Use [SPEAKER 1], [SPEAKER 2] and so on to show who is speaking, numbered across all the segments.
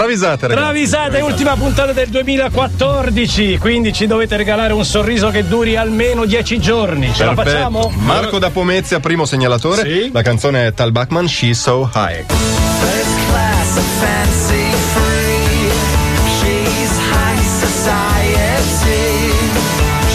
[SPEAKER 1] Travisate, ragazzi.
[SPEAKER 2] Travisate, ultima puntata del 2014, quindi ci dovete regalare un sorriso che duri almeno 10 giorni. Ce la
[SPEAKER 1] Perfetto.
[SPEAKER 2] facciamo?
[SPEAKER 1] Marco da Pomezia, primo segnalatore.
[SPEAKER 2] Sì.
[SPEAKER 1] La canzone è Tal Bachman, She's So High.
[SPEAKER 3] First class and fancy free. She's high society.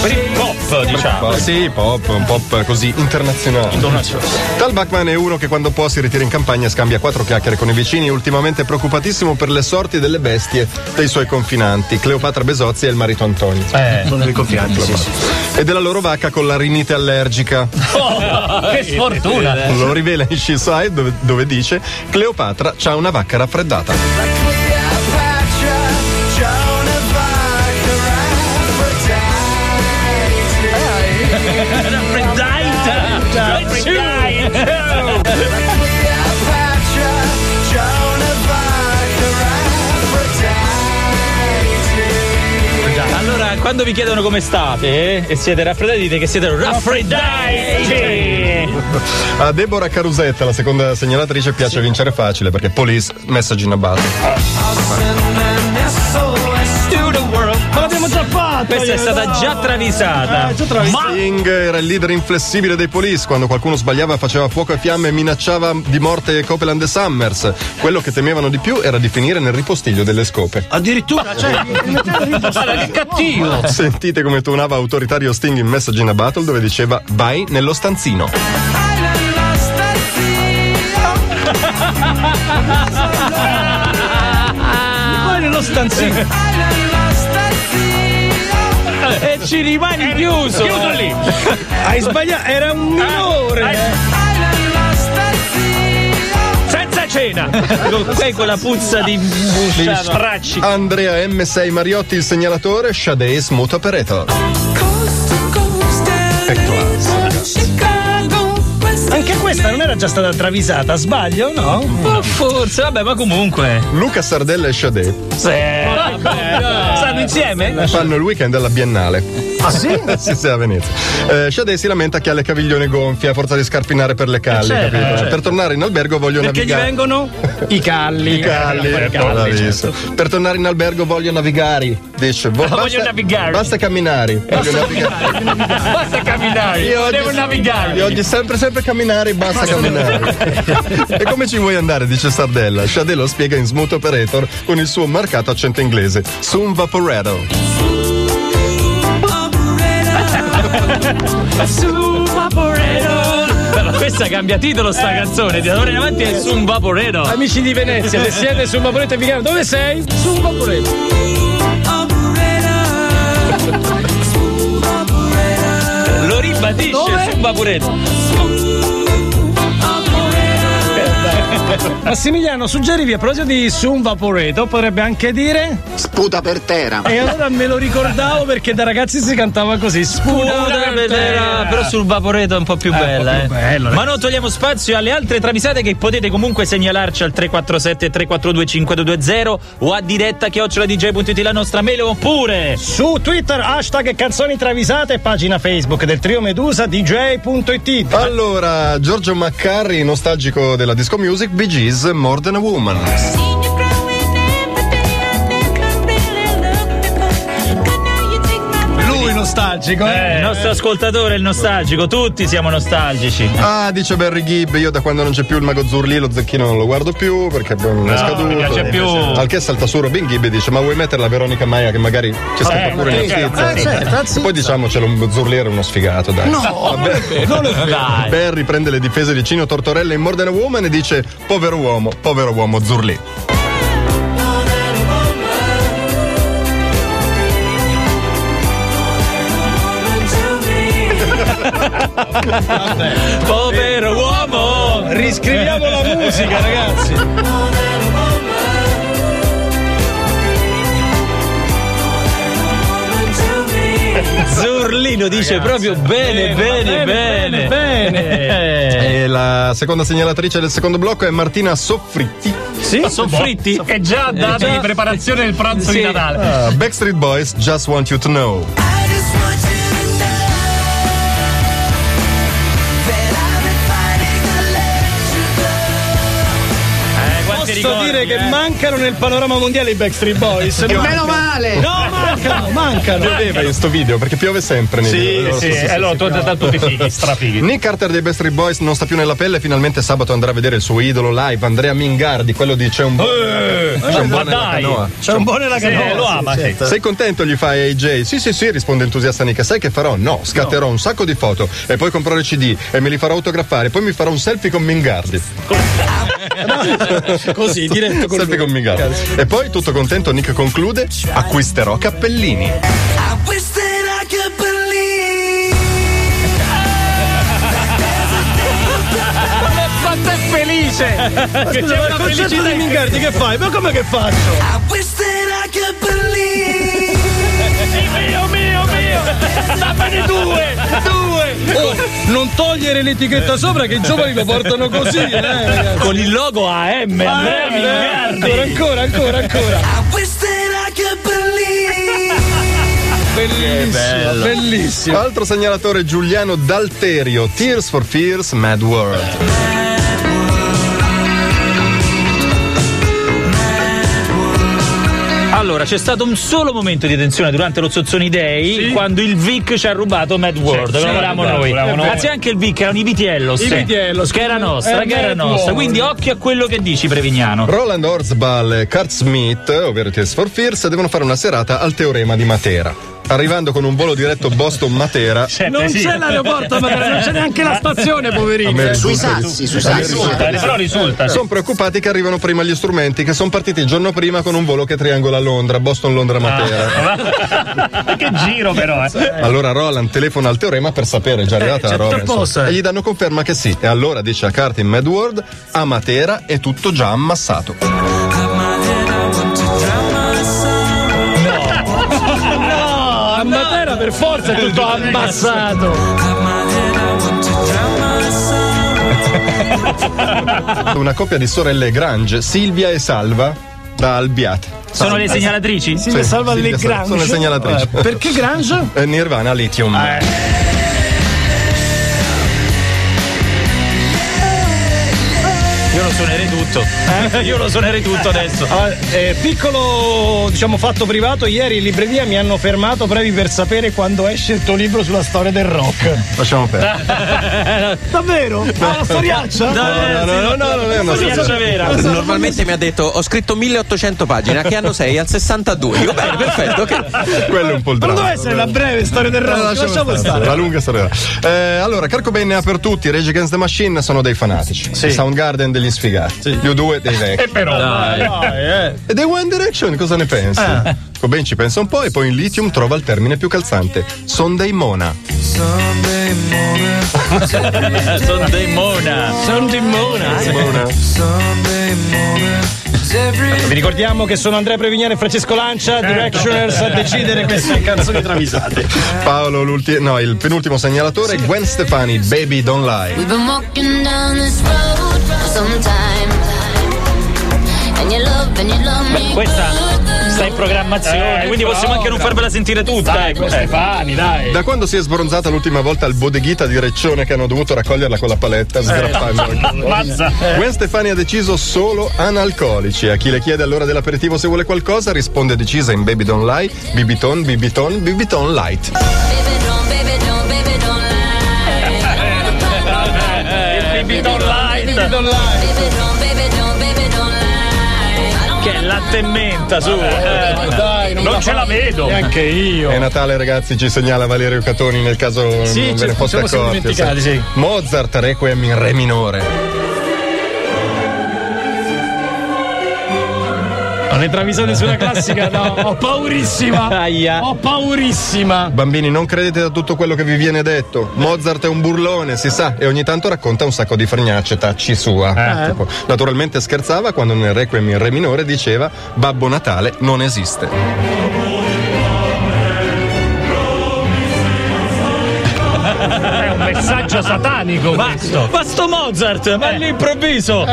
[SPEAKER 4] Free pop,
[SPEAKER 2] Ah,
[SPEAKER 4] diciamo.
[SPEAKER 1] Sì, pop, un pop così internazionale.
[SPEAKER 4] Internazionale.
[SPEAKER 1] Tal Bachman è uno che quando può si ritira in campagna e scambia quattro chiacchiere con i vicini, ultimamente preoccupatissimo per le sorti delle bestie dei suoi confinanti, Cleopatra Besozzi e il marito Antonio.
[SPEAKER 4] Eh, sono dei confianti,
[SPEAKER 1] E della loro vacca con la rinite allergica.
[SPEAKER 4] Che sfortuna.
[SPEAKER 2] Eh.
[SPEAKER 1] Lo rivela in Shishai dove, dove dice Cleopatra c'ha una vacca raffreddata.
[SPEAKER 3] Like Cleopatra, Joan of Arc, or Aphrodite. Cleopatra, Joan of Arc, or Aphrodite.
[SPEAKER 4] Allora, quando vi chiedono come state eh, e siete raffreddati, dite che siete raffreddati.
[SPEAKER 1] A Deborah Carusetta, la seconda segnalatrice, piace vincere facile perché police message in a battle.
[SPEAKER 2] Ma l'abbiamo già fatta!
[SPEAKER 4] Questa è stata già travisata.
[SPEAKER 2] Ah, già travisata.
[SPEAKER 1] Sting era il leader inflessibile dei police. Quando qualcuno sbagliava faceva fuoco e fiamme e minacciava di morte Copeland e Summers. Quello che temevano di più era di finire nel ripostiglio delle scope.
[SPEAKER 4] Addirittura, cioè, guarda che cattivo.
[SPEAKER 1] Sentite come tuonava autoritario Sting in Message in a Battle dove diceva vai nello stanzino.
[SPEAKER 4] Poi nello stanzino.
[SPEAKER 2] Eh.
[SPEAKER 4] E Eh, ci rimani chiuso. Chiuso lì.
[SPEAKER 2] Hai sbagliato, era un minore!
[SPEAKER 4] Senza cena. Con, quei- con la puzza di di stracci.
[SPEAKER 1] Andrea M6 Mariotti il segnalatore, Shade Smooth Operator.
[SPEAKER 2] Anche questa non era già stata travisata, sbaglio, no?
[SPEAKER 4] Oh, forse, vabbè, ma comunque.
[SPEAKER 1] Luca Sardella e Shade
[SPEAKER 4] Sì.
[SPEAKER 2] Eh,
[SPEAKER 4] Stanno insieme?
[SPEAKER 1] fanno il weekend alla Biennale.
[SPEAKER 2] Ah sì?
[SPEAKER 1] sì, sì, a Venezia. Eh, Shadé si lamenta che ha le caviglione gonfie a forza di scarpinare per le calli.
[SPEAKER 4] certo,
[SPEAKER 1] capito?
[SPEAKER 4] certo.
[SPEAKER 1] Per tornare in albergo voglio
[SPEAKER 4] Perché gli
[SPEAKER 1] navigare.
[SPEAKER 4] vengono? I calli.
[SPEAKER 1] I calli,
[SPEAKER 4] I
[SPEAKER 1] eh, bravissimo.
[SPEAKER 4] certo.
[SPEAKER 1] Per tornare in albergo voglio navigare. Dice, vo- basta,
[SPEAKER 4] navigare.
[SPEAKER 1] Basta camminare. Voglio navigare.
[SPEAKER 4] Basta camminare.
[SPEAKER 1] Io oggi-
[SPEAKER 4] Devo
[SPEAKER 1] Io
[SPEAKER 4] navigare.
[SPEAKER 1] oggi sempre, sempre camminare, basta camminare. e come ci vuoi andare? Dice Sardella. Shadé lo spiega in Smooth Operator con il suo marcato accento inglese. Soon Vaporetto.
[SPEAKER 4] Allora, Questa cambia titolo
[SPEAKER 2] Eh.
[SPEAKER 4] sta canzone. Di ora in avanti è su un vaporero.
[SPEAKER 2] Amici di Venezia, se siete sul Vaporetto Vigano, dove sei? Su un Vaporetto.
[SPEAKER 4] Lo ribadisce su un vaporero.
[SPEAKER 2] Massimiliano, suggerivi a proposito di su un Vaporetto, potrebbe anche dire...
[SPEAKER 5] Sputa per terra.
[SPEAKER 2] E allora me lo ricordavo perché da ragazzi si cantava così, sputa per terra.
[SPEAKER 4] Però sul vaporeto è un po' più bella.
[SPEAKER 2] un po' più
[SPEAKER 4] eh.
[SPEAKER 2] bello,
[SPEAKER 4] Ma non togliamo spazio alle altre travisate che potete comunque segnalarci al 347 342 5220 o a diretta chioccioladj.it la nostra mail oppure
[SPEAKER 2] Su Twitter, hashtag canzoni travisate e pagina Facebook del trio Medusa DJ.it.
[SPEAKER 1] Allora, Giorgio Maccarri, nostalgico della disco music, Bee Gees, More Than a Woman.
[SPEAKER 2] Lui nostalgico,
[SPEAKER 4] il nostro ascoltatore, il nostalgico, tutti siamo nostalgici.
[SPEAKER 2] Eh,
[SPEAKER 1] Ah, dice Barry Gibb, io da quando non c'è più il mago Zurli lo zecchino non lo guardo più perché non è scaduto.
[SPEAKER 4] non mi piace più.
[SPEAKER 1] Al che salta su Robin Gibb e dice, ma vuoi mettere la Veronica Maia che magari ci scappa
[SPEAKER 4] Eh,
[SPEAKER 1] pure in
[SPEAKER 4] sì,
[SPEAKER 1] notizia?
[SPEAKER 2] eh, certo,
[SPEAKER 1] E poi diciamocelo, un Zurli era uno sfigato, dai. No,
[SPEAKER 4] Dai.
[SPEAKER 1] Barry prende le difese di Cino Tortorella in More Than a Woman e dice, povero uomo, povero uomo Zurli.
[SPEAKER 4] Povero uomo!
[SPEAKER 2] Riscriviamo la musica, ragazzi.
[SPEAKER 4] Zurlino dice proprio
[SPEAKER 2] Eh,
[SPEAKER 4] bene, bene, bene. Eh.
[SPEAKER 1] E la seconda segnalatrice del secondo blocco è Martina Soffritti.
[SPEAKER 4] Sì, sono
[SPEAKER 2] Boh,
[SPEAKER 4] fritti. È già
[SPEAKER 2] Eh,
[SPEAKER 4] data
[SPEAKER 2] cioè,
[SPEAKER 4] di preparazione del pranzo di Natale.
[SPEAKER 1] Ah, Backstreet Boys, Just Want You to Know.
[SPEAKER 3] I just want you to know that I've been fighting to let you go.
[SPEAKER 4] Eh, quanti
[SPEAKER 2] posso
[SPEAKER 4] ricordi,
[SPEAKER 2] dire che
[SPEAKER 4] eh.
[SPEAKER 2] mancano nel panorama mondiale i Backstreet Boys.
[SPEAKER 5] Meno male!
[SPEAKER 2] No, mancano, mancano.
[SPEAKER 1] Pioveva in sto video perché piove sempre. nei video,
[SPEAKER 6] Sì,
[SPEAKER 1] loro
[SPEAKER 6] sì,
[SPEAKER 1] stessi.
[SPEAKER 6] allora tu tanto tutti fighi, strafighi.
[SPEAKER 1] Nick Carter dei Best Street Boys non sta più nella pelle. Finalmente sabato andrà a vedere il suo idolo live, Andrea Mingardi, quello di C'è un buon. C'è un
[SPEAKER 6] Eh, ma
[SPEAKER 1] buon nella
[SPEAKER 6] dai.
[SPEAKER 1] canoa.
[SPEAKER 2] C'è un buon nella
[SPEAKER 6] Sì, eh,
[SPEAKER 2] canoa. certo.
[SPEAKER 6] lo ama, sì.
[SPEAKER 1] Sei contento? Gli fai AJ? Sì, sì, sì, risponde entusiasta Nick. Sai che farò? No, scatterò un sacco di foto e poi comprerò i CD e me li farò autografare. Poi mi farò un selfie con Mingardi.
[SPEAKER 2] Così, diretto con
[SPEAKER 1] Selfie
[SPEAKER 2] lui.
[SPEAKER 1] con Mingardi. E poi, tutto contento, Nick conclude: acquisterò cappellini.
[SPEAKER 3] I wish that I could believe.
[SPEAKER 2] Scusa, ma il concerto di Mingardi che fai? Ma come che faccio?
[SPEAKER 3] I wish that I could believe.
[SPEAKER 6] Mio, mio, mio! Stappane due! Due!
[SPEAKER 2] Oh, non togliere l'etichetta sopra che i giovani lo portano così, eh. ragazzi.
[SPEAKER 4] Con il logo AM,
[SPEAKER 2] Eh,
[SPEAKER 4] Andrea Mingardi.
[SPEAKER 2] Ancora, ancora, ancora, ancora.
[SPEAKER 3] I wish that I could believe.
[SPEAKER 2] Bellissimo, bellissimo.
[SPEAKER 1] Altro segnalatore Giuliano Dalterio, Tears for Fears, Mad World.
[SPEAKER 4] Allora, c'è stato un solo momento di tensione durante lo Zozzoni Day quando il Vic ci ha rubato Mad World.
[SPEAKER 6] sì,
[SPEAKER 4] che lo volevamo
[SPEAKER 6] esatto,
[SPEAKER 4] noi.
[SPEAKER 6] volevamo noi.
[SPEAKER 4] Grazie anche il Vic, erano i Vitiellos.
[SPEAKER 2] I Vitiellos,
[SPEAKER 4] Che era nostra,
[SPEAKER 2] eh,
[SPEAKER 4] che era
[SPEAKER 2] Mad
[SPEAKER 4] nostra.
[SPEAKER 2] World.
[SPEAKER 4] Quindi occhio a quello che dici, Prevignano.
[SPEAKER 1] Roland Orzbal e Kurt Smith, ovvero i Tears for Fears, devono fare una serata al teorema di Matera. Arrivando con un volo diretto Boston-Matera,
[SPEAKER 2] Non c'è l'aeroporto, ma non c'è neanche la stazione,
[SPEAKER 1] a
[SPEAKER 2] poverino.
[SPEAKER 1] me
[SPEAKER 5] Sui
[SPEAKER 1] risulta di-
[SPEAKER 5] sassi, sui sassi.
[SPEAKER 6] Risulta, però risulta.
[SPEAKER 1] Sono preoccupati che arrivano prima gli strumenti che sono partiti il giorno prima con un volo che triangola a Londra,
[SPEAKER 5] Ah,
[SPEAKER 1] Boston-Londra-Matera.
[SPEAKER 6] che giro però, eh.
[SPEAKER 1] Allora Roland telefona al teorema per sapere è già arrivata la
[SPEAKER 2] certo
[SPEAKER 1] roba. insomma.
[SPEAKER 2] posso, eh.
[SPEAKER 1] E gli danno conferma che sì. E allora dice a Carti in Mad World, a Matera è tutto già ammassato.
[SPEAKER 2] A Matera per forza è tutto ammazzato.
[SPEAKER 1] Una coppia di sorelle Grange, Silvia e Salva, da Albiate.
[SPEAKER 4] Sono le segnalatrici?
[SPEAKER 1] Sì, Silvia Salva, Sono le segnalatrici.
[SPEAKER 2] Perché Grange?
[SPEAKER 1] Eh, Nirvana Lithium.
[SPEAKER 4] Io lo suonerei tutto. Io lo suonerei tutto adesso.
[SPEAKER 2] Ah, eh, piccolo diciamo fatto privato, ieri in libreria mi hanno fermato brevi per sapere quando esce il tuo libro sulla storia del rock.
[SPEAKER 1] Lasciamo perdere.
[SPEAKER 2] Davvero? Ah, la storiaccia?
[SPEAKER 1] No, no, no, no, non è una storia.
[SPEAKER 4] Piaccia vera.
[SPEAKER 7] Normalmente mi ha detto ho scritto 1800 pagine, a che anno sei? Al 62. Io bene, perfetto, ok.
[SPEAKER 1] Quello è un po' il
[SPEAKER 2] Ma non
[SPEAKER 1] dramma.
[SPEAKER 2] deve essere la breve storia del rock, lasciamo stare.
[SPEAKER 1] La lunga storia. Eh, allora, Carco Bene ha per tutti. Rage Against the Machine sono dei fanatici. Soundgarden degli sfigati. Gli U2 dei vecchi.
[SPEAKER 6] E però.
[SPEAKER 1] E dei One Direction cosa ne pensi? Cobain ci pensa un po' e poi in Lithium trova il termine più calzante. Son dei Mona.
[SPEAKER 3] Sunday morning,
[SPEAKER 4] Sono dei Mona.
[SPEAKER 2] Sono di eh.
[SPEAKER 3] Sunday morning, is every
[SPEAKER 2] Vi ricordiamo che sono Andrea Prevignano e Francesco Lancia, Directioners, a decidere queste canzoni travisate.
[SPEAKER 1] Paolo, l'ulti- no, il penultimo segnalatore, Gwen Stefani, Baby Don't Lie.
[SPEAKER 8] We've been walking down this road for some time. And you love and you love me.
[SPEAKER 4] Questa sta in programmazione,
[SPEAKER 6] Eh,
[SPEAKER 4] quindi possiamo anche non farvela sentire tutta. Ecco.
[SPEAKER 6] Queste fani, dai.
[SPEAKER 1] Da quando si è sbronzata l'ultima volta al bodeghita di Reccione che hanno dovuto raccoglierla con la
[SPEAKER 2] Eh.
[SPEAKER 1] paletta, sgrappandola.
[SPEAKER 6] Ammazza.
[SPEAKER 1] Gwen Stefani ha deciso solo analcolici. A chi le chiede all'ora dell'aperitivo se vuole qualcosa, risponde decisa in Baby Don't Lie, Bibiton, Bibiton, Bibiton Light.
[SPEAKER 8] Baby, don't, baby, don't, baby, don't
[SPEAKER 6] Il
[SPEAKER 8] lie.
[SPEAKER 6] Baby Don't Light.
[SPEAKER 8] Baby, don't, baby, don't, baby, don't lie.
[SPEAKER 4] Che è latte e menta, su. Eh,
[SPEAKER 2] Dai,
[SPEAKER 6] Non ce la vedo.
[SPEAKER 2] Neanche io.
[SPEAKER 1] È Natale, ragazzi, ci segnala Valerio Catoni nel caso
[SPEAKER 2] Sì,
[SPEAKER 1] non
[SPEAKER 2] ci-
[SPEAKER 1] ve ne foste
[SPEAKER 2] ce lo siamo
[SPEAKER 1] accorti.
[SPEAKER 2] dimenticati, sì.
[SPEAKER 1] Mozart Requiem in Re minore.
[SPEAKER 2] Non è travisate sulla classica, no. Ho paurissima.
[SPEAKER 4] Aia.
[SPEAKER 2] Ho paurissima.
[SPEAKER 1] Bambini, non credete a tutto quello che vi viene detto. Mozart è un burlone, si sa, e ogni tanto racconta un sacco di fregnacce, tacci sua. Tipo, naturalmente scherzava quando nel Requiem in Re minore diceva Babbo Natale non esiste.
[SPEAKER 6] È un messaggio satanico.
[SPEAKER 4] Ma, ma sto Mozart, ma all'improvviso.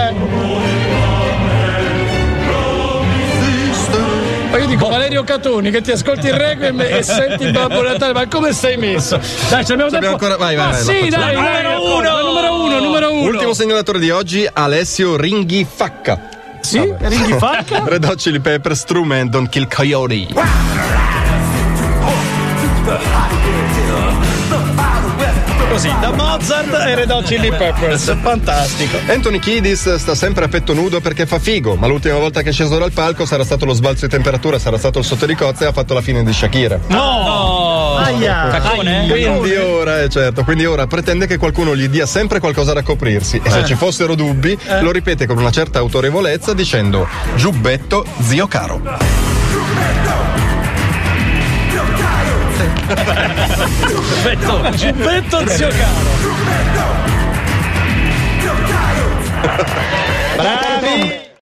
[SPEAKER 2] Ma io dico Valerio Catoni che ti ascolti il requiem e senti Babbo Natale, ma come stai messo? Dai, ci abbiamo tempo.
[SPEAKER 1] Abbiamo ancora- vai, vai,
[SPEAKER 2] Ah,
[SPEAKER 1] vai,
[SPEAKER 2] sì,
[SPEAKER 1] lo
[SPEAKER 2] dai,
[SPEAKER 1] facciamo.
[SPEAKER 2] dai,
[SPEAKER 4] Numero
[SPEAKER 2] d'accordo.
[SPEAKER 4] uno.
[SPEAKER 2] numero uno, numero uno.
[SPEAKER 1] Ultimo segnalatore di oggi, Alessio Ringhifacca.
[SPEAKER 2] Sì, Ringhi Falca.
[SPEAKER 1] Red Hot Chili Peppers, True Man, Don't Kill Coyote.
[SPEAKER 2] Così, da Mozart e Red Hot Chili Peppers. Fantastico.
[SPEAKER 1] Anthony Kiedis sta sempre a petto nudo perché fa figo, ma l'ultima volta che è sceso dal palco sarà stato lo sbalzo di temperatura, sarà stato il sotto di cozze e ha fatto la fine di Shakira.
[SPEAKER 4] No!
[SPEAKER 2] Aia.
[SPEAKER 4] Caccone, eh?
[SPEAKER 1] Quindi ora, eh, certo, quindi ora pretende che qualcuno gli dia sempre qualcosa da coprirsi e se ci fossero dubbi lo ripete con una certa autorevolezza dicendo giubbetto zio caro.
[SPEAKER 4] Perfetto.
[SPEAKER 2] Giubbetto zio caro. Bravi.